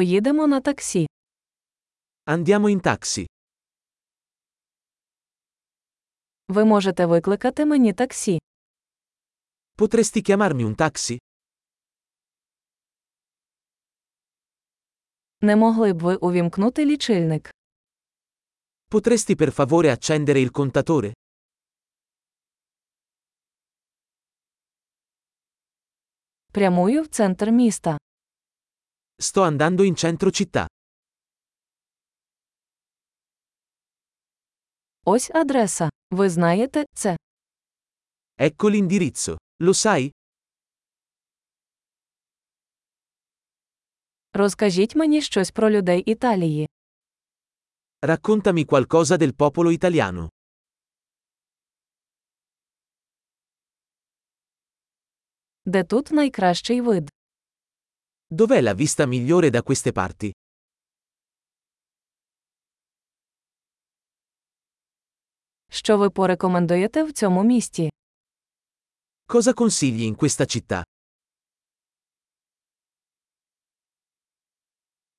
Поїдемо на таксі. Andiamo in taxi. Ви можете викликати мені таксі. Potresti chiamarmi un taxi? Не могли б ви увімкнути лічильник? Potresti per favore accendere il contatore? Прямую в центр міста. Sto andando in centro città. Ось адреса. Ви знаєте це. Ecco l'indirizzo. Lo sai? Розкажіть мені щось про людей Італії. Raccontami qualcosa del popolo italiano. Де тут найкращий вид? Dov'è la vista migliore da queste parti? Що ви порекомендуєте в цьому місті? Cosa consigli in questa città?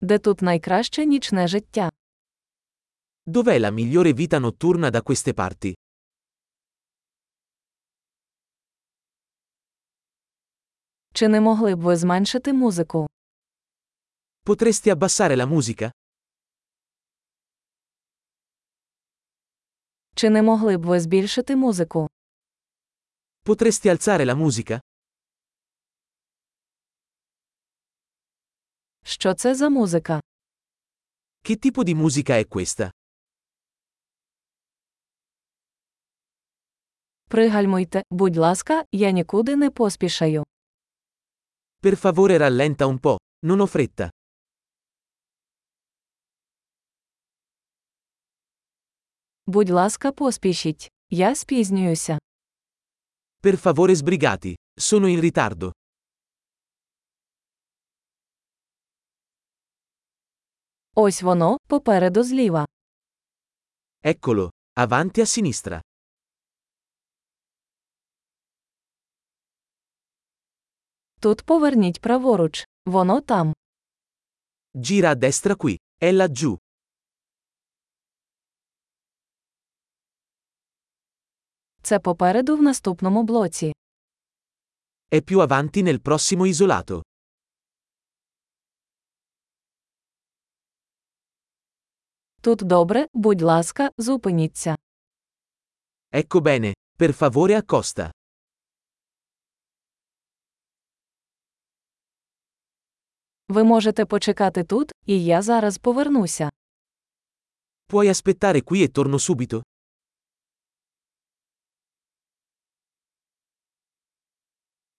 Де тут найкраще нічне життя? Dov'è la migliore vita notturna da queste parti? Чи не могли б ви зменшити музику? Potresti abbassare la musica? Чи не могли б ви збільшити музику? Potresti alzare la musica? Що це за музика? Che tipo di musica è questa? Пригальмуйте, будь ласка, я нікуди не поспішаю. Per favore rallenta un po', non ho fretta. Будь ласка, поспішіть. Я спізнююся. Per favore sbrigati, sono in ritardo. Ось воно, попереду зліва. Eccolo, avanti a sinistra. Тут поверніть праворуч. Воно там. Gira a destra qui, è laggiù. Це попереду в наступному блоці. È più avanti nel prossimo isolato. Тут добре, будь ласка, зупиніться. Ecco bene, per favore accosta. Ви можете почекати тут, і я зараз повернуся. Puoi aspettare qui e torno subito?